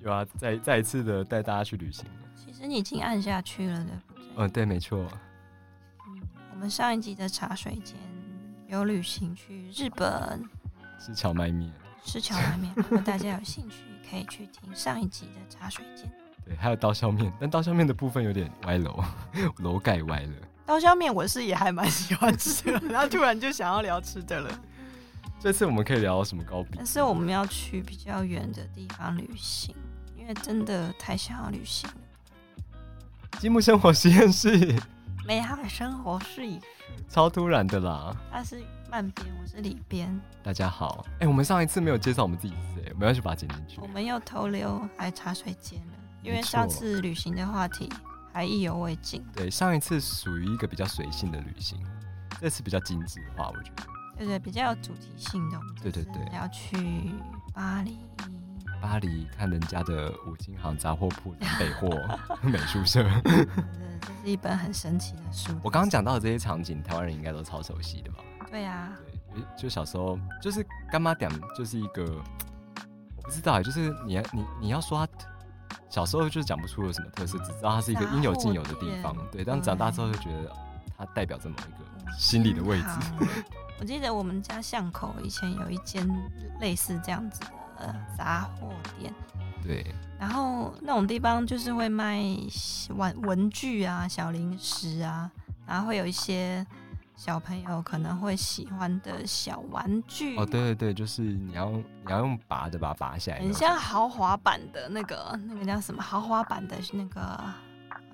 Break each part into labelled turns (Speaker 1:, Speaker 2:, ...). Speaker 1: 就要再再一次的带大家去旅行。
Speaker 2: 其实你已经按下去了，对不对？
Speaker 1: 嗯，对，没错。
Speaker 2: 我们上一集的茶水间有旅行去日本
Speaker 1: 是荞麦面，
Speaker 2: 吃荞麦面，如果大家有兴趣，可以去听上一集的茶水间。
Speaker 1: 对，还有刀削面，但刀削面的部分有点歪楼， 楼盖歪了。
Speaker 3: 刀削面我是也还蛮喜欢吃的，然后突然就想要聊吃的 了。
Speaker 1: 这次我们可以聊什么高比
Speaker 2: 但？是我们要去比较远的地方旅行，因为真的太想要旅行了。
Speaker 1: 积木生活实验室，
Speaker 2: 美好的生活是一，
Speaker 1: 超突然的啦！
Speaker 2: 它是慢边，我是里边，
Speaker 1: 大家好，哎、我们上一次没有介绍我们自己是谁，我们要去把它剪进去
Speaker 2: 我。们又偷溜来茶水间了，因为
Speaker 1: 没错
Speaker 2: 上次旅行的话题还意犹未尽，
Speaker 1: 对，上一次属于一个比较随性的旅行，这次比较精致化，我觉得。
Speaker 2: 对对，比较有主题性的。我们
Speaker 1: 对
Speaker 2: 这
Speaker 1: 对
Speaker 2: 次
Speaker 1: 对
Speaker 2: 要去巴黎，
Speaker 1: 巴黎看人家的五金行、杂货铺、南北货、 美术社，
Speaker 2: 这这是一本很神奇的书。
Speaker 1: 我刚刚讲到的这些场景，台湾人应该都超熟悉的吧？
Speaker 2: 对啊，
Speaker 1: 对，就小时候就是干妈点，就是一个我不知道欸，就是你你你要说他小时候就是讲不出有什么特色，只知道它是一个应有尽有的地方
Speaker 2: 杂货店。嗯
Speaker 1: 对，但长大之后就觉得它代表着某一个心理的位置。
Speaker 2: 好。我记得我们家巷口以前有一间类似这样子的
Speaker 1: 嗯
Speaker 2: 呃杂货店，
Speaker 1: 对，
Speaker 2: 然后那种地方就是会卖玩文具啊、小零食啊，然后会有一些小朋友可能会喜欢的小玩具，
Speaker 1: 哦，对对对，就是你要你要用拔的啊把它拔下来，
Speaker 2: 很像豪华版的那个那个叫什么豪华版的那个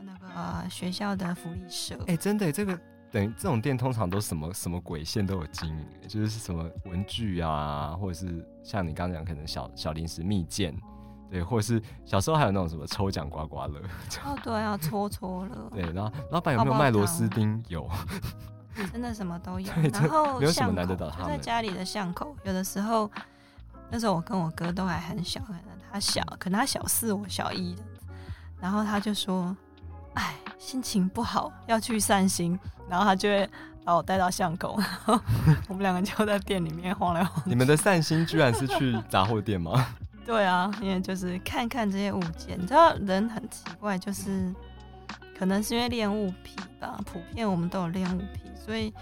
Speaker 2: 那个学校的福利社，
Speaker 1: 哎、真的耶，这个等于这种店通常都什么什么鬼线都有经营耶，就是什么文具啊，或者是像你刚刚讲，可能小小零食蜜饯，对，或者是小时候还有那种什么抽奖刮刮乐，
Speaker 2: 哦对 啊，搓搓乐，
Speaker 1: 对，然后老板有没有
Speaker 2: 棒棒
Speaker 1: 卖螺
Speaker 2: 糖
Speaker 1: 丝钉？有，
Speaker 2: 真的什么都有
Speaker 1: 啊对。
Speaker 2: 然后
Speaker 1: 没有什么
Speaker 2: 巷口
Speaker 1: 难得到他
Speaker 2: 就在
Speaker 1: 们
Speaker 2: 家里的巷口，有的时候那时候我跟我哥都还很小，可能他小，可能他小四，我小一的。然后他就说：“哎，心情不好，要去散心。”然后他就会把我带到巷口，然后 我们两个就在店里面晃来晃。
Speaker 1: 你们的散心居然是去杂货店吗？
Speaker 2: 对啊，因为就是看看这些物件，你知道人很奇怪，就是可能是因为恋物癖吧，普遍我们都有恋物癖，所以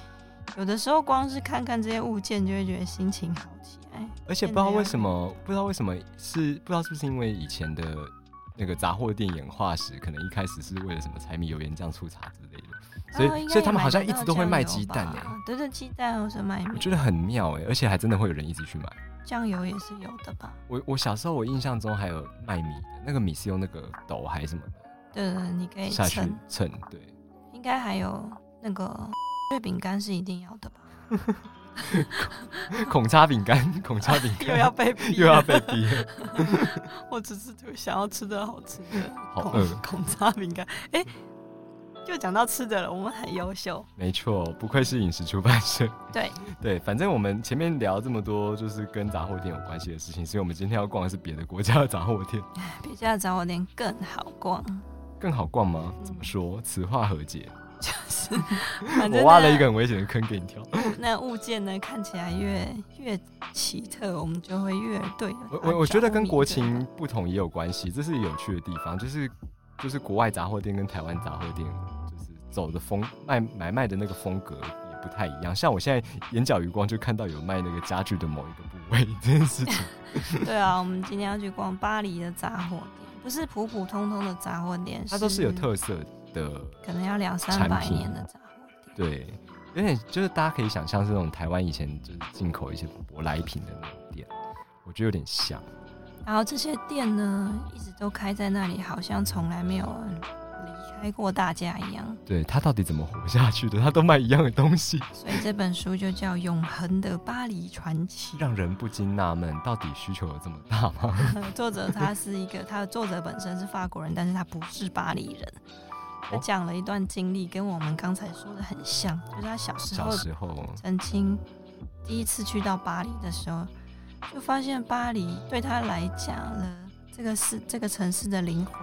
Speaker 2: 有的时候光是看看这些物件，就会觉得心情好起来。
Speaker 1: 而且不知道为什么，不知道为什么是不知道是不是因为以前的那个杂货店演化史，可能一开始是为了什么柴米油盐酱醋茶之类的，所以、
Speaker 2: 哦应该
Speaker 1: 所以他们
Speaker 2: 也
Speaker 1: 好像
Speaker 2: 买
Speaker 1: 一
Speaker 2: 得到
Speaker 1: 直都会
Speaker 2: 酱
Speaker 1: 卖
Speaker 2: 油
Speaker 1: 鸡蛋欸诶、
Speaker 2: 吧对对，鸡蛋或是卖
Speaker 1: 我
Speaker 2: 米
Speaker 1: 觉得很妙哎、而且还真的会有人一直去买。
Speaker 2: 酱油也是有的吧？
Speaker 1: 我我小时候我印象中还有卖米的，那个米是用那个斗还是什么的
Speaker 2: 对对，对你可以
Speaker 1: 下去
Speaker 2: 称，
Speaker 1: 称，对，
Speaker 2: 应该还有那个月饼干是一定要的吧？
Speaker 1: 孔叉饼干，孔叉 饼 干
Speaker 3: 又要被逼，
Speaker 1: 又要被逼了，
Speaker 3: 我只是突想要吃的好吃的
Speaker 1: 好嗯
Speaker 3: 孔
Speaker 1: 饿，
Speaker 3: 孔渣饼干。哎、就讲到吃的了，我们很优秀。
Speaker 1: 没错，不愧是饮食出版社。
Speaker 2: 对
Speaker 1: 对，反正我们前面聊这么多，就是跟杂货店有关系的事情，所以我们今天要逛的是别的国家的杂货店，
Speaker 2: 比较早点更好逛，
Speaker 1: 更好逛吗？嗯怎么说？此话何解？
Speaker 2: 就是反正
Speaker 1: 我挖
Speaker 2: 那
Speaker 1: 了一个很危险的坑给你跳。
Speaker 2: 那物件呢，看起来越越奇特，我们就会越对啊它着迷。
Speaker 1: 我我我觉得跟国情
Speaker 2: 对
Speaker 1: 不同也有关系，这是有趣的地方，就是就是国外杂货店跟台湾杂货店就是走的风卖买卖的那个风格也不太一样。像我现在眼角余光就看到有卖那个家具的某一个部位这件事情，
Speaker 2: 吧对啊，我们今天要去逛巴黎的杂货店，不是普普通通的杂货店，
Speaker 1: 它都是有，特色的，
Speaker 2: 可能要两三
Speaker 1: 产
Speaker 2: 百
Speaker 1: 品
Speaker 2: 年的杂货店。
Speaker 1: 对，有点就是大家可以想象是那种台湾以前就是进口一些舶来品的那种店，我觉得有点像。
Speaker 2: 然后这些店呢，一直都开在那里，好像从来没有离开过大家一样。
Speaker 1: 对，它到底怎么活下去的？它都卖一样的东西。
Speaker 2: 所以这本书就叫《永恒的巴黎传奇》。
Speaker 1: 让人不禁纳闷，到底需求有这么大吗？
Speaker 2: 作者他是一个，他的作者本身是法国人，但是他不是巴黎人。他
Speaker 1: 哦
Speaker 2: 讲了一段经历，跟我们刚才说的很像，就是他小时
Speaker 1: 小
Speaker 2: 候
Speaker 1: 时候，
Speaker 2: 曾经第一次去到巴黎的时候，就发现巴黎对他来讲呢，这个是这个城市的灵魂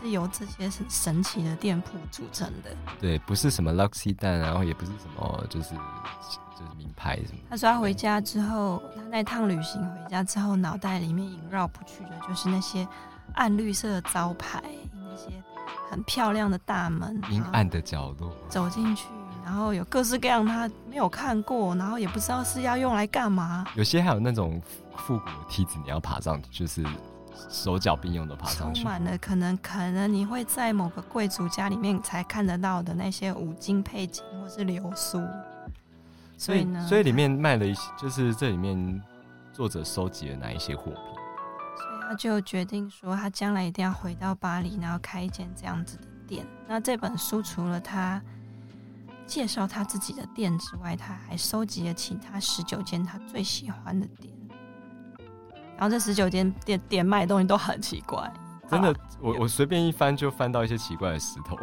Speaker 2: 是由这些神神奇的店铺组成的。
Speaker 1: 对，不是什么 Luxy 蛋，啊然后也不是什么哦就是就是名牌什么，
Speaker 2: 他说他回家之后，他那趟旅行回家之后，脑袋里面萦绕不去的就是那些暗绿色的招牌，那些很漂亮的大门，
Speaker 1: 阴
Speaker 2: 然后
Speaker 1: 暗的角落，
Speaker 2: 走进去，然后有各式各样他没有看过，然后也不知道是要用来干嘛，
Speaker 1: 有些还有那种复古的梯子，你要爬上去，就是手脚并用的爬上
Speaker 2: 充
Speaker 1: 去。
Speaker 2: 满了可能可能你会在某个贵族家里面才看得到的那些五金配件或是流苏。所以呢，
Speaker 1: 所以里面卖了一些，就是这里面作者收集了哪一些货品？
Speaker 2: 所以他就决定说，他将来一定要回到巴黎，然后开一间这样子的店。那这本书除了他介绍他自己的店之外，他还收集了其他十九间他最喜欢的店。然后这十九间店店卖的东西都很奇怪，
Speaker 1: 真的
Speaker 2: 好，
Speaker 1: 我我随便一翻就翻到一些奇怪的石头。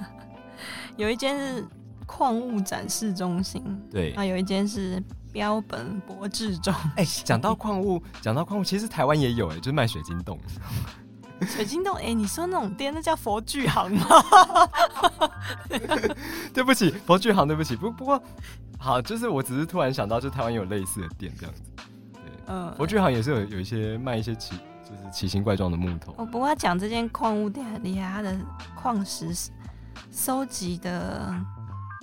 Speaker 2: 有一间是矿物展示中心，
Speaker 1: 对，
Speaker 2: 啊，有一间是标本博志中心。
Speaker 1: 哎、讲到矿物，讲到矿物，其实台湾也有哎、就是卖水晶洞。
Speaker 2: 水晶洞，哎、你说那种店，那叫佛具行吗？
Speaker 1: 对不起，佛具行，对不起。不不过，好，就是我只是突然想到，就台湾有类似的店这样子。
Speaker 2: 嗯，
Speaker 1: 佛具行也是有有一些卖一些奇，就是奇形怪状的木头。
Speaker 2: 哦，不过他讲这间矿物店很厉害，它的矿石收集的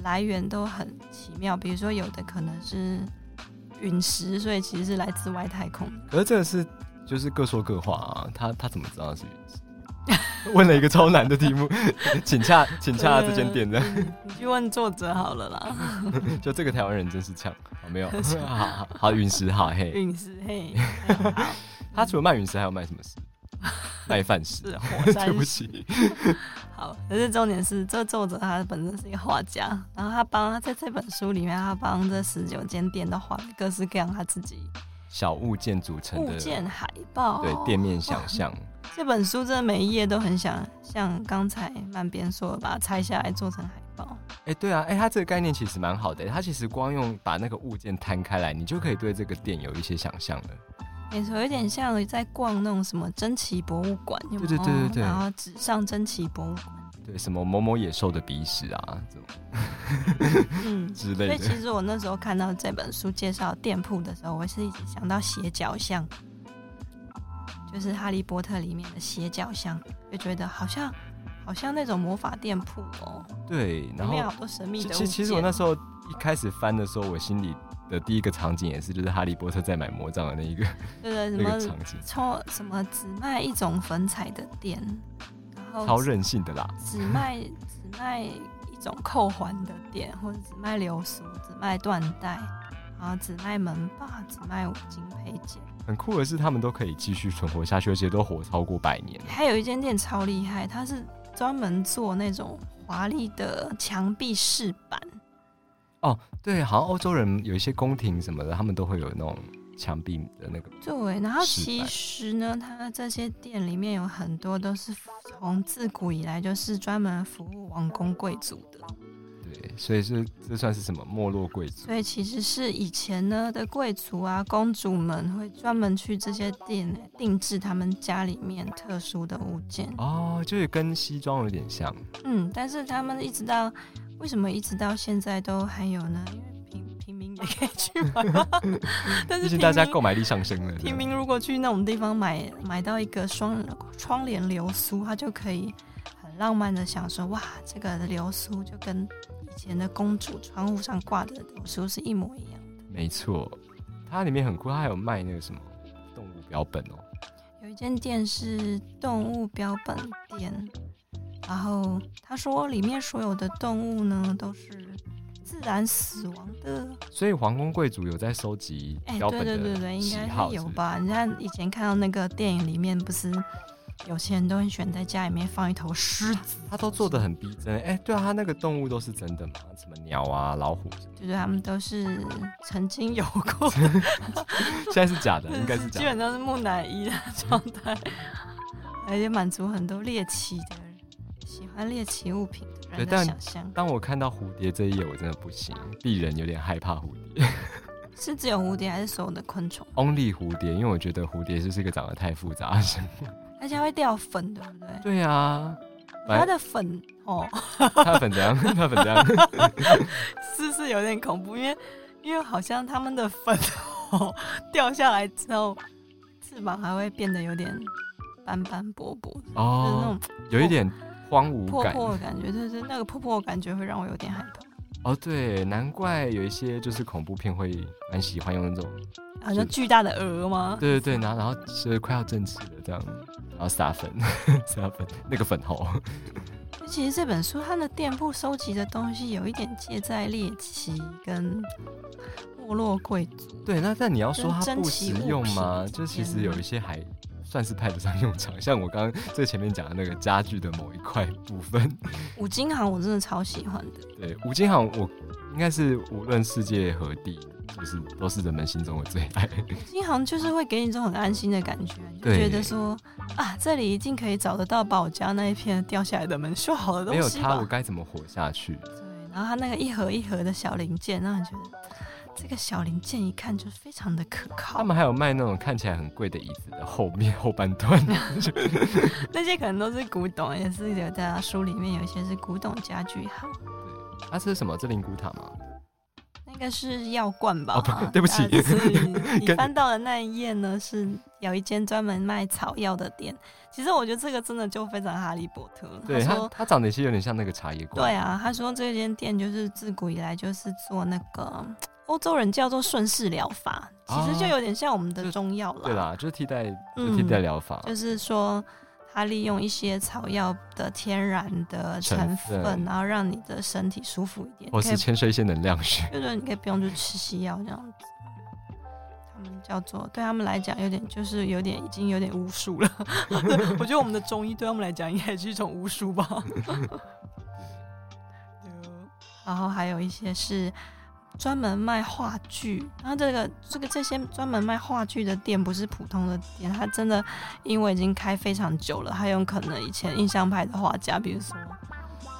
Speaker 2: 来源都很奇妙，比如说有的可能是陨石，所以其实是来自外太空。
Speaker 1: 可是这个是就是各说各话啊，他他怎么知道是陨石？问了一个超难的题目，请洽请洽这间店的，
Speaker 2: 你去问作者好了啦，
Speaker 1: 嗯就这个台湾人真是呛，好没有，好好好陨石好嘿，
Speaker 2: 陨石 嘿，
Speaker 1: 他除了卖陨石，还有卖什么石？卖饭石，
Speaker 2: 是 火
Speaker 1: 对
Speaker 2: 山
Speaker 1: 不
Speaker 2: 石
Speaker 1: 起，
Speaker 2: 好，可是重点是，这作者他本身是一个画家，然后他帮他在这本书里面，他帮这十九间店都画了各式各样他自己
Speaker 1: 小物件组成
Speaker 2: 物
Speaker 1: 的，
Speaker 2: 件、海报，
Speaker 1: 对店面想象。
Speaker 2: 这本书真的每一页都很想像刚才曼边说的，把它拆下来做成海报。
Speaker 1: 哎、对啊，哎、它这个概念其实蛮好的、它其实光用把那个物件摊开来，你就可以对这个店有一些想象了。
Speaker 2: 没错，有点像在逛那种什么珍奇博物馆，有没有
Speaker 1: 对对对对对
Speaker 2: 然后纸上珍奇博物馆，
Speaker 1: 对，什么某某野兽的鼻屎啊，这种
Speaker 2: 嗯。
Speaker 1: 之
Speaker 2: 所
Speaker 1: 类的。
Speaker 2: 以其实我那时候看到这本书介绍店铺的时候，我是一直想到斜角巷，就是《哈利波特》里面的斜角巷，就觉得好像好像那种魔法店铺哦，
Speaker 1: 对，
Speaker 2: 里
Speaker 1: 然
Speaker 2: 面
Speaker 1: 后
Speaker 2: 好多神秘
Speaker 1: 其
Speaker 2: 的物
Speaker 1: 其
Speaker 2: 件。
Speaker 1: 其实我那时候一开始翻的时候，我心里的第一个场景也是就是哈利波特在买魔杖的那一个
Speaker 2: 对
Speaker 1: 那
Speaker 2: 对什么
Speaker 1: 个场景，
Speaker 2: 抽什么只卖一种粉彩的店，然后
Speaker 1: 超任性的啦。
Speaker 2: 只卖只卖一种扣环的店，或者只卖流苏，只卖缎带，然后只卖门把，只卖五金配件。
Speaker 1: 很酷的是，他们都可以继续存活下去，而且都活超过百年。
Speaker 2: 还有一间店超厉害，它是专门做那种华丽的墙壁饰板，
Speaker 1: 对，好像欧洲人有一些宫廷什么的，他们都会有那种墙壁的那个
Speaker 2: 对，然后
Speaker 1: 饰
Speaker 2: 其
Speaker 1: 板
Speaker 2: 实呢，它这些店里面有很多都是从自古以来就是专门服务王公贵族的。
Speaker 1: 对，所以是这算是什么没落贵族？
Speaker 2: 所以其实是以前呢的贵族啊、公主们会专门去这些店定制他们家里面特殊的物件。
Speaker 1: 哦，就是跟西装有点像，
Speaker 2: 嗯，但是他们一直到为什么一直到现在都还有呢？因为平平民也可以去买， 但
Speaker 1: 毕
Speaker 2: 是平
Speaker 1: 竟
Speaker 2: 民
Speaker 1: 大家购买力上升了。
Speaker 2: 平
Speaker 1: 对
Speaker 2: 民如果去那种地方买买到一个双窗帘流苏，他就可以很浪漫的想说，哇，这个流苏就跟以前的公主窗户上挂的流苏是一模一样。
Speaker 1: 没错，它里面很酷，它还有卖那个什么动物标本哦。
Speaker 2: 有一间店是动物标本店，然后他说里面所有的动物呢都是自然死亡的。
Speaker 1: 所以皇宫贵族有在收集
Speaker 2: 哎、
Speaker 1: 标
Speaker 2: 对
Speaker 1: 本
Speaker 2: 对对
Speaker 1: 的
Speaker 2: 对，应
Speaker 1: 喜
Speaker 2: 该
Speaker 1: 好
Speaker 2: 是有
Speaker 1: 是不是？
Speaker 2: 吧？人家以前看到那个电影里面，不是有些人都很喜欢在家里面放一头狮子，
Speaker 1: 他都做的很逼真。哎、对啊，他那个动物都是真的嘛，什么鸟啊、老虎，
Speaker 2: 就是他们都是曾经有过，
Speaker 1: 现在是假 的， 应该是
Speaker 2: 基
Speaker 1: 假
Speaker 2: 本
Speaker 1: 的。
Speaker 2: 上是木乃伊的状态， 而且满足很多猎奇的人、喜欢猎奇物品
Speaker 1: 对
Speaker 2: 的人的
Speaker 1: 但
Speaker 2: 想象。
Speaker 1: 当我看到蝴蝶这一页，我真的不行，鄙人有点害怕蝴蝶
Speaker 2: 是只有蝴蝶，还是所有的昆虫？
Speaker 1: ，only 蝴蝶，因为我觉得蝴蝶就是一个长得太复杂的生物。
Speaker 2: 而且它会掉粉，对不对？
Speaker 1: 对啊，反
Speaker 2: 它的粉哦，
Speaker 1: 他粉怎样？他粉怎样？
Speaker 2: 是不是有点恐怖？因为因为好像它们的粉哦掉下来之后，翅膀还会变得有点斑斑驳驳，就是那
Speaker 1: 哦，
Speaker 2: 种
Speaker 1: 有一点荒芜
Speaker 2: 破
Speaker 1: 感。
Speaker 2: 破的感觉，就是那个破破的感觉会让我有点害怕，
Speaker 1: 哦，对，难怪有一些就是恐怖片会蛮喜欢用那种，
Speaker 2: 好像巨大的鹅哦吗？
Speaker 1: 对对对，然后然后是快要正式了这样，然后撒粉 撒粉，那个粉红，
Speaker 2: 其实这本书它的店铺收集的东西有一点介在猎奇跟没落贵族，
Speaker 1: 对，那但你要说
Speaker 2: 跟
Speaker 1: 它
Speaker 2: 珍
Speaker 1: 不
Speaker 2: 奇
Speaker 1: 实
Speaker 2: 物
Speaker 1: 用
Speaker 2: 品
Speaker 1: 吗？
Speaker 2: 之
Speaker 1: 就其
Speaker 2: 间
Speaker 1: 实有
Speaker 2: 呢
Speaker 1: 一些还算是派得上用场，像我刚刚最前面讲的那个家具的某一块部分。
Speaker 2: 五金行我真的超喜欢的，
Speaker 1: 对，五金行我应该是无论世界何地，就是都是人们心中的最爱。
Speaker 2: 五金行就是会给你这种很安心的感觉，你就
Speaker 1: 对
Speaker 2: 觉得说啊，这里一定可以找得到把我家那一片掉下来的门修好的
Speaker 1: 没
Speaker 2: 东
Speaker 1: 有
Speaker 2: 西
Speaker 1: 它，
Speaker 2: 吧
Speaker 1: 我？该怎么活下去？
Speaker 2: 对，然后它那个一盒一盒的小零件，让你觉得这个小零件一看就非常的可
Speaker 1: 他
Speaker 2: 靠，
Speaker 1: 们还有卖那种看起来很贵的椅子的后面后半段。
Speaker 2: 那些可能都是古董，也是有在它书里面有一些是古董家具行。
Speaker 1: 它、是什么？这灵骨塔吗？
Speaker 2: 那个是药罐吧？
Speaker 1: 哦不对不起
Speaker 2: 但是 你
Speaker 1: 跟
Speaker 2: 翻到的那一页呢，是有一间专门卖草药的店。其实我觉得这个真的就非常哈利波特了。
Speaker 1: 对，
Speaker 2: 他
Speaker 1: 它
Speaker 2: 说，
Speaker 1: 它长得其实有点像那个茶叶罐。
Speaker 2: 对啊，他说这间店就是自古以来就是做那个欧洲人叫做顺势疗法，其
Speaker 1: 哦
Speaker 2: 实就有点像我们的中药啦。
Speaker 1: 对啦，就是替代，就
Speaker 2: 嗯
Speaker 1: 替代疗法。
Speaker 2: 就是说。他利用一些草药的天然的
Speaker 1: 成
Speaker 2: 成
Speaker 1: 分
Speaker 2: 分，然后让你的身体舒服一点，
Speaker 1: 或
Speaker 2: 可以
Speaker 1: 是牵涉一些能量学，
Speaker 2: 就是你可以不用去吃西药这样子。他们叫做对他们来讲有点就是有点已经有点巫术了，
Speaker 3: 我觉得我们的中医对他们来讲应该也是一种巫术 吧。
Speaker 2: 然后还有一些是专门卖话剧，然后这个这个这些专门卖话剧的店不是普通的店，它真的因为已经开非常久了，还有可能以前印象派的画家，比如说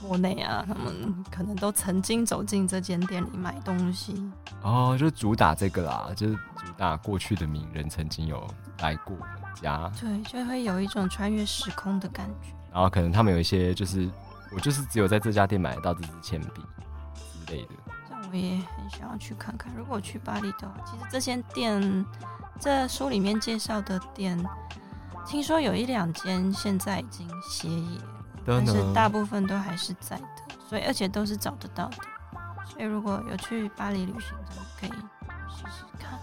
Speaker 2: 莫内啊，他们可能都曾经走进这间店里买东西，
Speaker 1: 哦，就是主打这个啦，就是主打过去的名人曾经有来过我们家，
Speaker 2: 对，就会有一种穿越时空的感觉。
Speaker 1: 然后可能他们有一些就是我就是只有在这家店买得到这支铅笔之类的。
Speaker 2: 但我也很想要去看看。如果我去巴黎的话，其实这些店，这书里面介绍的店，听说有一两间现在已经歇业，但是大部分都还是在的，所以而且都是找得到的。所以如果有去巴黎旅行的，可以试试看，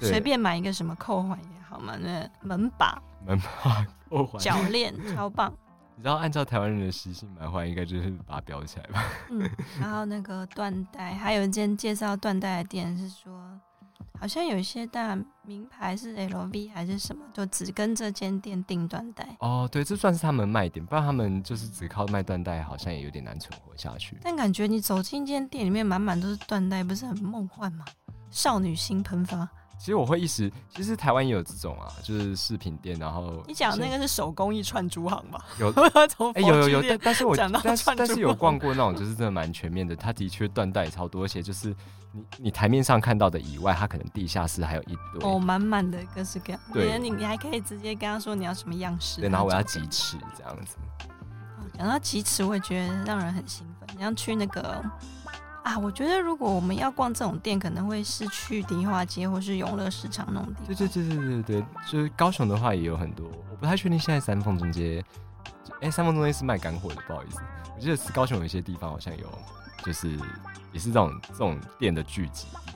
Speaker 1: 对
Speaker 2: 随便买一个什么扣环也好嘛，那门把、
Speaker 1: 门把扣环，
Speaker 2: 脚链超棒。
Speaker 1: 你知道按照台湾人的习性买环，应该就是把它裱起来吧？
Speaker 2: 嗯，然后那个缎带，还有一间介绍缎带的店是说，好像有一些大名牌是 LV 还是什么，就只跟这间店订缎带。
Speaker 1: 哦，对，这算是他们卖点，不然他们就是只靠卖缎带，好像也有点难存活下去。
Speaker 2: 但感觉你走进一间店里面，满满都是缎带，不是很梦幻吗？少女心喷发。
Speaker 1: 其实我会一时，其实台湾也有这种啊，就是饰品店，然后
Speaker 2: 你讲那
Speaker 3: 那个是手工艺串珠行吧？
Speaker 1: 有
Speaker 3: 从
Speaker 1: 哎、有有
Speaker 3: 佛
Speaker 1: 有，
Speaker 3: 具
Speaker 1: 但
Speaker 3: 店
Speaker 1: 但是我
Speaker 3: 讲到
Speaker 1: 但是
Speaker 3: 串
Speaker 1: 但
Speaker 3: 珠
Speaker 1: 是有逛过那种，就是真的蛮全面的。它的确缎带也超多，而且就是你你台面上看到的以外，它可能地下室还有一堆。
Speaker 2: 哦，满满的各式各样。
Speaker 1: 对
Speaker 2: 你你还可以直接跟他说你要什么样式。
Speaker 1: 对，然后我要几尺这样子。
Speaker 2: 啊讲到奇耻，我也觉得让人很兴奋。你要去那个啊，我觉得如果我们要逛这种店，可能会是去迪化街或是永乐市场那种地方。
Speaker 1: 对对对对对对，就是高雄的话也有很多，我不太确定现在三凤中街，哎、三凤中街是卖干货的，不好意思，我记得是高雄有一些地方好像有，就是也是这种这种店的聚集地。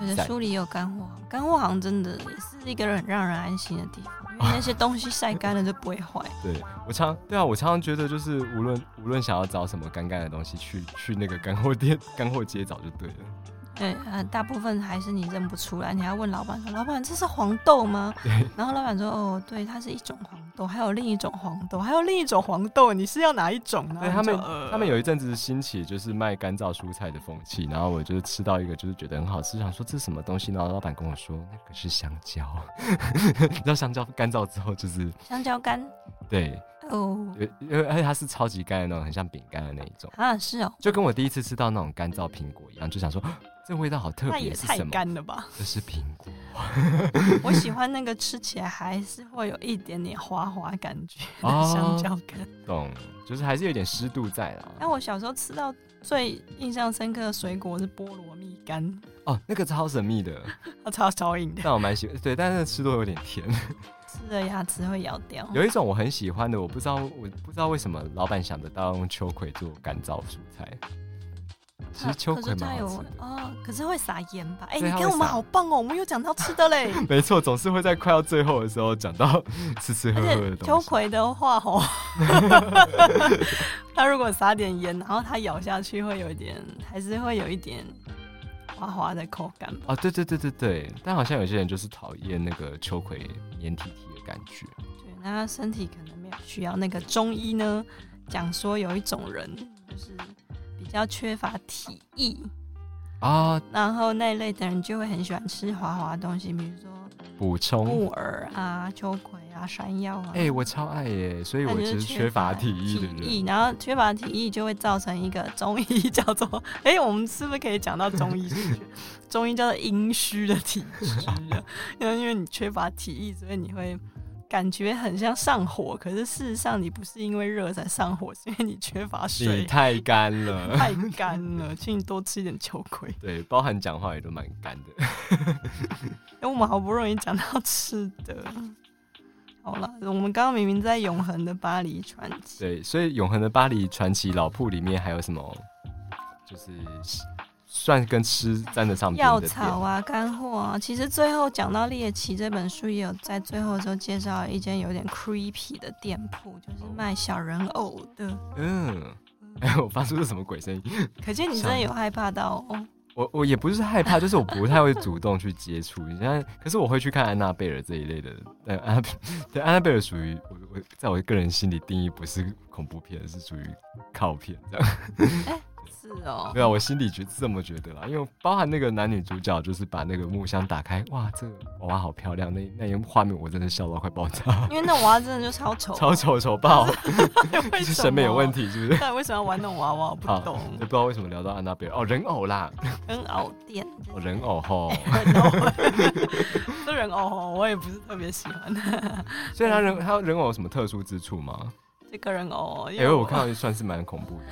Speaker 2: 我的书里有干货行，干货行真的也是一个很让人安心的地方，因为那些东西晒干了就不会坏。
Speaker 1: 对我常对啊，我常常觉得就是无论无论想要找什么干干的东西，去去那个干货店、 干货街找就对了。
Speaker 2: 对，呃，大部分还是你认不出来，你还要问老板说：“老板，这是黄豆吗？”然后老板说：“哦，对，它是一种黄豆，还有另一种黄豆，还有另一种黄
Speaker 3: 黄豆，你是要哪一种呢？
Speaker 1: 对他们
Speaker 3: 就呃
Speaker 1: 他们有一阵子兴起就是卖干燥蔬菜的风气，然后我就是吃到一个就是觉得很好吃，想说这是什么东西，然后老板跟我说那个是香蕉， 你知道香蕉干燥之后就是
Speaker 2: 香蕉干
Speaker 1: 对，
Speaker 2: 哦，
Speaker 1: 有因为而且它是超级干的那种，很像饼干的那一种，
Speaker 2: 啊是哦，
Speaker 1: 就跟我第一次吃到那种干燥苹果一样，就想说 这味道好特
Speaker 3: 那也
Speaker 1: 别是
Speaker 3: 太
Speaker 1: 什么？
Speaker 3: 干了 吧？
Speaker 1: 这是苹果。
Speaker 2: 我喜欢那个吃起来还是会有一点点滑滑感觉的
Speaker 1: 哦
Speaker 2: 香蕉干。
Speaker 1: 懂，就是还是有点湿度在 啦。
Speaker 2: 那、我小时候吃到最印象深刻的水果是菠萝蜜柑，
Speaker 1: 哦，那个超神秘的，
Speaker 3: 它超超硬的。
Speaker 1: 但我蛮喜欢。对，但是吃多有点甜。
Speaker 2: 是了牙齿会咬掉。
Speaker 1: 有一种我很喜欢的，我不知道我不知道为什么老板想得到用秋葵做干燥蔬菜。其实秋
Speaker 2: 啊可
Speaker 1: 葵
Speaker 2: 是它
Speaker 1: 蛮
Speaker 2: 有
Speaker 1: 好吃的，
Speaker 2: 哦，可是会撒盐吧？哎、
Speaker 1: 对
Speaker 2: 你
Speaker 1: 它
Speaker 2: 看
Speaker 1: 会
Speaker 2: 我们
Speaker 1: 撒
Speaker 2: 好棒哦，我们又讲到吃的 嘞。
Speaker 1: 没错，总是会在快要最后的时候讲到 吃吃喝
Speaker 2: 而
Speaker 1: 喝的
Speaker 2: 且
Speaker 1: 东
Speaker 2: 秋
Speaker 1: 西。
Speaker 2: 葵的话 哦，它如果撒点盐，然后它咬下去会有一点，还是会有一点滑滑的口感吧。
Speaker 1: 哦，对对对对对，但好像有些人就是讨厌那个秋葵黏体体的感觉。
Speaker 2: 对，那他身体可能没有需要。那个中医呢，讲说有一种人就是比较缺乏体液，
Speaker 1: 啊，
Speaker 2: 然后那一类的人就会很喜欢吃滑滑的东西，比如说
Speaker 1: 补充
Speaker 2: 木，耳啊、秋葵啊、山药啊。
Speaker 1: 哎、我超爱耶，所以
Speaker 2: 它
Speaker 1: 我
Speaker 2: 就
Speaker 1: 其实
Speaker 2: 是
Speaker 1: 缺乏体力的
Speaker 2: 体
Speaker 1: 人
Speaker 2: 液，然后缺乏体液就会造成一个中医 叫做，哎、我们是不是可以讲到中 医去？中医叫做阴虚的体质啊，因为因为你缺乏体液，所以你会感觉很像上火，可是事实上你不是因为热才上火，是因为你缺乏
Speaker 1: 你
Speaker 2: 水，
Speaker 1: 太干了。
Speaker 2: 太干了，请你多吃一点秋葵。
Speaker 1: 对，包含讲话也都蛮干的。
Speaker 2: 哎、我们好不容易讲到吃的。好了，我们刚刚明明在永恒的巴黎传奇，
Speaker 1: 对，所以《永恒的巴黎传奇》老铺里面还有什么，就是算跟吃沾得上边
Speaker 2: 药
Speaker 1: 的店
Speaker 2: 草啊、干货啊，其实最后讲到《猎奇》这本书，也有在最后的时候介绍一间有点 creepy 的店铺，就是卖小人偶的。
Speaker 1: 嗯， 哎，我发出是什么鬼声音？
Speaker 2: 可见你真的有害怕到哦。
Speaker 1: 我我也不是害怕，就是我不太会主动去接触。你看，可是我会去看安娜贝尔这一类的。但安娜贝对安娜贝尔属于我我在我个人心里定义不是恐怖片，是属于靠片这样。
Speaker 2: 是哦
Speaker 1: 没，有，我心里觉这么觉得啦，因为包含那个男女主角，就是把那个木箱打开，哇，这个娃娃好漂亮，那那一画面我真的笑到快爆炸，
Speaker 2: 因为那娃娃真的就超丑，
Speaker 1: 超丑丑 爆。
Speaker 2: 为
Speaker 1: 是
Speaker 2: 什么
Speaker 1: 审美有问。 题，是不是？
Speaker 2: 但为什么要玩那种娃娃？我不
Speaker 1: 好
Speaker 2: 懂。
Speaker 1: 也不知道为什么聊到安娜贝尔哦，人偶啦，
Speaker 2: 人偶店，
Speaker 1: 哦人偶吼。
Speaker 2: 人偶， 这人偶哦我也不是特别喜欢。
Speaker 1: 所以他人他人偶有什么特殊之处吗？
Speaker 2: 这个人偶，哦啊因
Speaker 1: 因为哎我看到算是蛮恐怖的。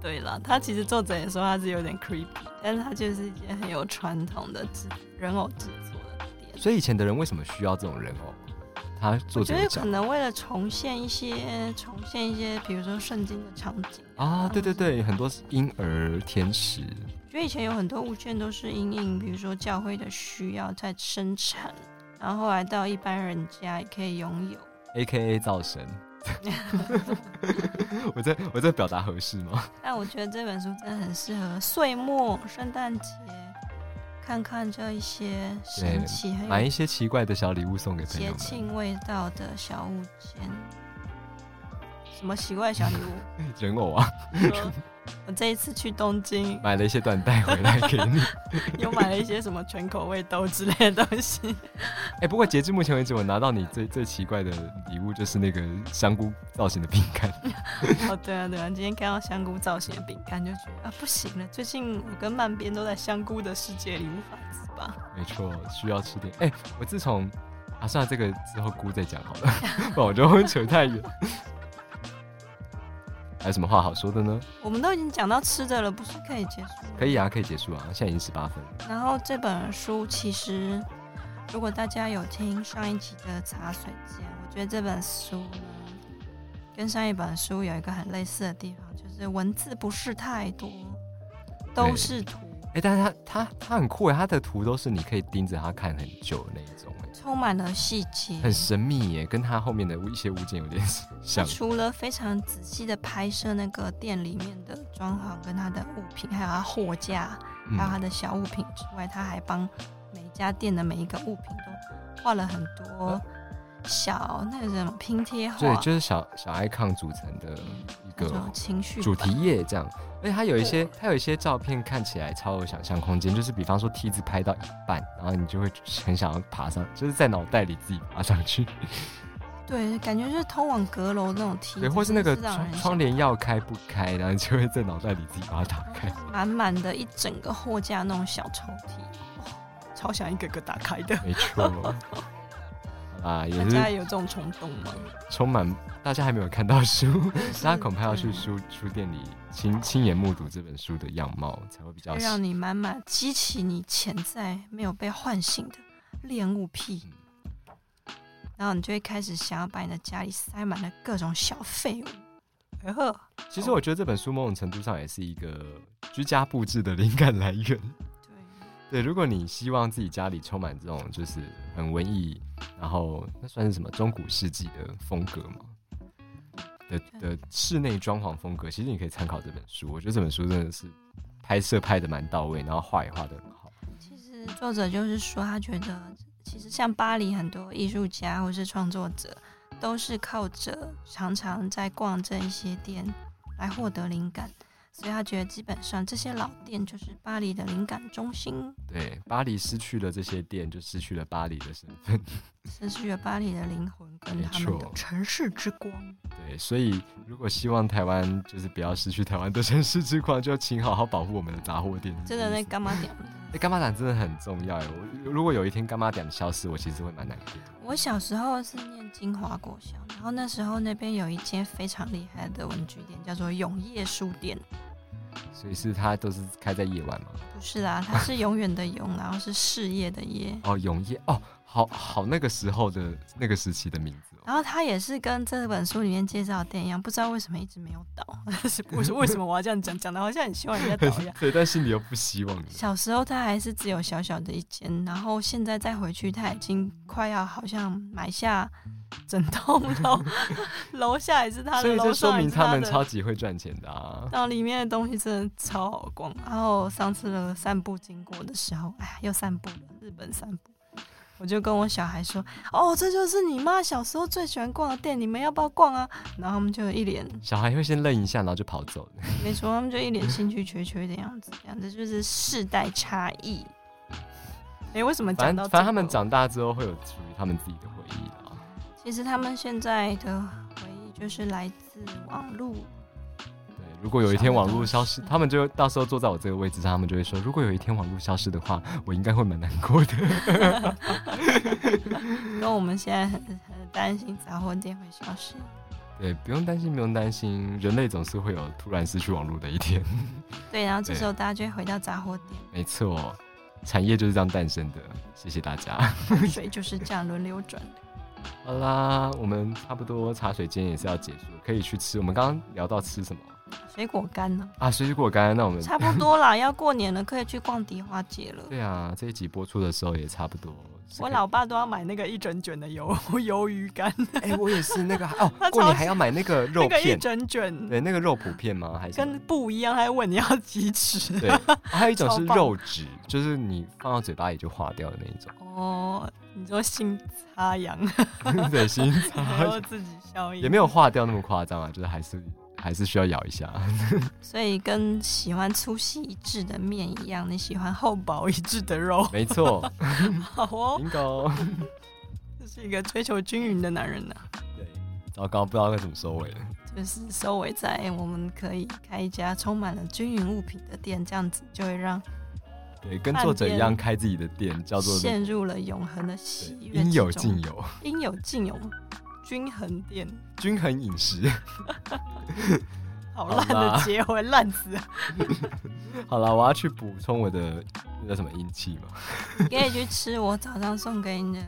Speaker 2: 对了，他其实作者也说他是有点 creepy，但是他就是一件很有传统的制人偶制作的店。
Speaker 1: 所以以前的人为什么需要这种人偶？他作
Speaker 2: 我
Speaker 1: 者
Speaker 2: 觉得
Speaker 1: 有
Speaker 2: 可
Speaker 1: 讲
Speaker 2: 能为了重现一些重现一些，比如说圣经的场景
Speaker 1: 啊，对对，对，很多是婴儿天使
Speaker 2: 我觉得以前有很多物件都是因应，比如说教会的需要在生产，然后后来到一般人家也可以拥有。
Speaker 1: ，A K A 造 神。我在我在表达合适吗？
Speaker 2: 但我觉得这本书真的很适合岁末、圣诞节看看这一些神奇很有
Speaker 1: 买一些奇怪的小礼物送给朋
Speaker 2: 哎节
Speaker 1: 友们，
Speaker 2: 庆味道的小物件，什么奇怪的小 礼物？
Speaker 1: 人偶啊，
Speaker 2: 比如说我这一次去东京，
Speaker 1: 买了一些缎带回来给 你。
Speaker 2: 又买了一些什么全口味豆之类的东西，
Speaker 1: 哎、不过截至目前为止，我拿到你最最奇怪的礼物就是那个香菇造型的饼干。
Speaker 2: 哦，对啊，对啊，今天看到香菇造型的饼干，就觉得啊，不行了，最近我跟曼边都在香菇的世界里无法自拔。
Speaker 1: 没错，需要吃点。哎、我自从啊，算了，这个之后姑再讲 好了，不然我就会扯太远。还有什么话好说的呢？
Speaker 2: 我们都已经讲到吃的了，不是可以结束？
Speaker 1: 可以。啊，可以结束啊，现在已经十八分了。
Speaker 2: 然后这本书其实，如果大家有听上一集的茶水间，我觉得这本书呢，跟上一本书有一个很类似的地方，就是文字不是太多，都
Speaker 1: 对
Speaker 2: 是图，
Speaker 1: 哎、但是他他他很酷哎，他的图都是你可以盯着他看很久的那一种哎，
Speaker 2: 充满了细节。
Speaker 1: 很神秘耶，跟他后面的一些物件有点 像。
Speaker 2: 除了非常仔细的拍摄那个店里面的装潢跟它的物品，还有它货架，还有它
Speaker 1: 嗯，
Speaker 2: 的小物品之外，他还帮每一家店的每一个物品都画了很
Speaker 1: 呃
Speaker 2: 多小那个什么拼贴画，
Speaker 1: 对，就是小小 icon 组成的一
Speaker 2: 那
Speaker 1: 个
Speaker 2: 种情绪
Speaker 1: 主
Speaker 2: 版
Speaker 1: 题页这样，而且它有一些，它有一些照片看起来超有想象空间，就是比方说梯子拍到一半，然后你就会很想要爬上，就是在脑袋里自己爬上去，
Speaker 2: 对，感觉就是通往阁楼那种梯，
Speaker 1: 对，或是那个
Speaker 2: 真的让
Speaker 1: 窗
Speaker 2: 人
Speaker 1: 窗帘要开不开，然后你就会在脑袋里自己把它打开。
Speaker 2: 想满满的一整个货架那种小抽屉，
Speaker 3: 超想一个个打开的。
Speaker 1: 没错，啊，也
Speaker 2: 大家
Speaker 1: 是
Speaker 2: 有这种冲动吗？
Speaker 1: 充满大家还没有看到书， 大家恐怕要去
Speaker 2: 对
Speaker 1: 书书店里亲亲眼目睹这本书的样貌，才会比较
Speaker 2: 会让你满满激
Speaker 1: 嗯
Speaker 2: 起你潜在没有被唤醒的恋物癖。然后你就会开始想要把你的家里塞满了各种小废物。然后
Speaker 1: 其实我觉得这本书某种程度上也是一个居家布置的灵感来源。 对，
Speaker 2: 对，
Speaker 1: 如果你希望自己家里充满这种就是很文艺，然后那算是什么中古世纪的风格吗？的的室内装潢风格，其实你可以参考这本书。我觉得这本书真的是拍摄拍的蛮到位，然后画也画的很好。
Speaker 2: 其实作者就是说，他觉得其实像巴黎很多艺术家或是创作者，都是靠着常常在逛这一些店来获得灵感，所以他觉得基本上这些老店就是巴黎的灵感中心，
Speaker 1: 对，巴黎失去了这些店，就失去了巴黎的身份。
Speaker 2: 失去了巴黎的灵魂跟
Speaker 1: 没
Speaker 2: 他们的
Speaker 1: 错
Speaker 3: 城市之光，
Speaker 1: 对，所以如果希望台湾就是不要失去台湾的城市之光，就请好好保护我们的杂货店。
Speaker 2: 真的那干嘛点。
Speaker 1: 哎、干妈党真的很重要哎！我如果有一天干妈党消失，我其实会蛮难过的。
Speaker 2: 我小时候是念金华国小，然后那时候那边有一间非常厉害的文具店，叫做永业书店。
Speaker 1: 所以是它都是开在夜晚嘛？
Speaker 2: 不是啦，它是永远的永，然后是事业的业。
Speaker 1: 哦，永夜哦，好好那个时候的那个时期的名字、哦。。
Speaker 2: 然后它也是跟这本书里面介绍的店一样，不知道为什么一直没有 倒。
Speaker 3: 是为什为什么我要这样讲？讲的好像很希望人家倒一样
Speaker 1: 对，但心里又不希望的。
Speaker 2: 小时候它还是只有小小的一间，然后现在再回去，它已经快要好像买下整栋楼，楼下也是
Speaker 1: 所
Speaker 2: 它的，
Speaker 1: 以这
Speaker 2: 楼
Speaker 1: 说
Speaker 2: 上也
Speaker 1: 明
Speaker 2: 是
Speaker 1: 他
Speaker 2: 它
Speaker 1: 们
Speaker 2: 的。
Speaker 1: 超级会赚钱的啊！
Speaker 2: 到里面的东西真的超好逛。然后上次的散步经过的时候，哎呀，又散步了，日本散步。我就跟我小孩说：“哦，这就是你妈小时候最喜欢逛的店，你们要不要逛啊？”然后他们就一脸
Speaker 1: 小孩会先愣一下，然后就跑走了。
Speaker 2: 没说，他们就一脸兴趣缺缺的样子，这样子就是世代差异。
Speaker 3: 哎、为什么
Speaker 1: 反
Speaker 3: 讲到、这个
Speaker 1: 正反正他们长大之后会有属于他们自己的回忆啦。
Speaker 2: 其实他们现在的回忆就是来自网络，
Speaker 1: 对，如果有一天网络消 失，
Speaker 2: 小的东西
Speaker 1: 他们就到时候坐在我这个位置上，他们就会说，如果有一天网络消失的话，我应该会蛮难过的。
Speaker 2: 跟我们现在很很担心杂货店会消失。
Speaker 1: 对，不用担心，不用担心，人类总是会有突然失去网络的一天。
Speaker 2: 对，然后这
Speaker 1: 对
Speaker 2: 时候大家就会回到杂货店。
Speaker 1: 没错，产业就是这样诞生的。谢谢大家。
Speaker 2: 水就是这样轮流转的。
Speaker 1: 好啦，我们差不多茶水间也是要结束，可以去吃。我们刚刚聊到吃什么
Speaker 2: 水果干呢？
Speaker 1: 啊？水果干。那我们
Speaker 2: 差不多啦，要过年了，可以去逛迪化街了。
Speaker 1: 对啊，这一集播出的时候也差不多。是
Speaker 3: 我
Speaker 1: 可以
Speaker 3: 老爸都要买那个一整卷的鱿 鱿鱼干，
Speaker 1: 哎、我也是 那个哦
Speaker 3: 他，
Speaker 1: 过年
Speaker 3: 超
Speaker 1: 还要买那个肉
Speaker 3: 那个一
Speaker 1: 片，
Speaker 3: 整卷
Speaker 1: 对，那个肉脯片吗？还是什 么
Speaker 3: 跟布一样，还问你要几尺。
Speaker 1: 对，还有一种是
Speaker 3: 超棒
Speaker 1: 肉质，就是你放到嘴巴里就化掉的那一种。
Speaker 3: 哦，你说心插秧，
Speaker 1: 对，心
Speaker 3: 然
Speaker 1: 脏
Speaker 3: 后自己消音，
Speaker 1: 啊也没有化掉那么夸张啊，就是还是还是需要咬 一下。
Speaker 2: 所以跟喜欢粗细一致的面一样，你喜欢厚
Speaker 3: 厚薄一致的肉。
Speaker 1: 没错，
Speaker 3: 好
Speaker 1: 嗯
Speaker 3: 哦，
Speaker 1: bingo。
Speaker 3: 这是一个追求均匀的男人呢、
Speaker 1: 对，糟糕，不知道该怎么收尾了。
Speaker 2: 就是收尾在我们可以开一家充满了均匀物品的店，这样子就会让
Speaker 1: 对，跟作者一样开自己的店，叫做
Speaker 2: 陷入了永恒的
Speaker 1: 对
Speaker 2: 喜悦
Speaker 1: 应有
Speaker 2: 之中
Speaker 1: 尽有，
Speaker 2: 应有尽有。
Speaker 3: 均衡店，
Speaker 1: 均衡饮食。
Speaker 3: 好
Speaker 1: 好
Speaker 3: 烂
Speaker 1: 啦
Speaker 3: 的结尾，烂死了。
Speaker 1: 好了，我要去补充我的那叫什么阴气嘛，
Speaker 2: 可以去吃我早上送给你的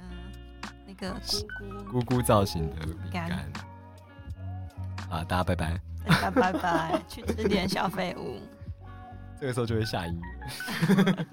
Speaker 2: 那个姑姑。
Speaker 1: 咕咕造型的饼
Speaker 2: 干
Speaker 1: 干。啊，大家拜拜。
Speaker 2: 大家拜拜，去吃点小废物。
Speaker 1: 这个时候就会下音乐。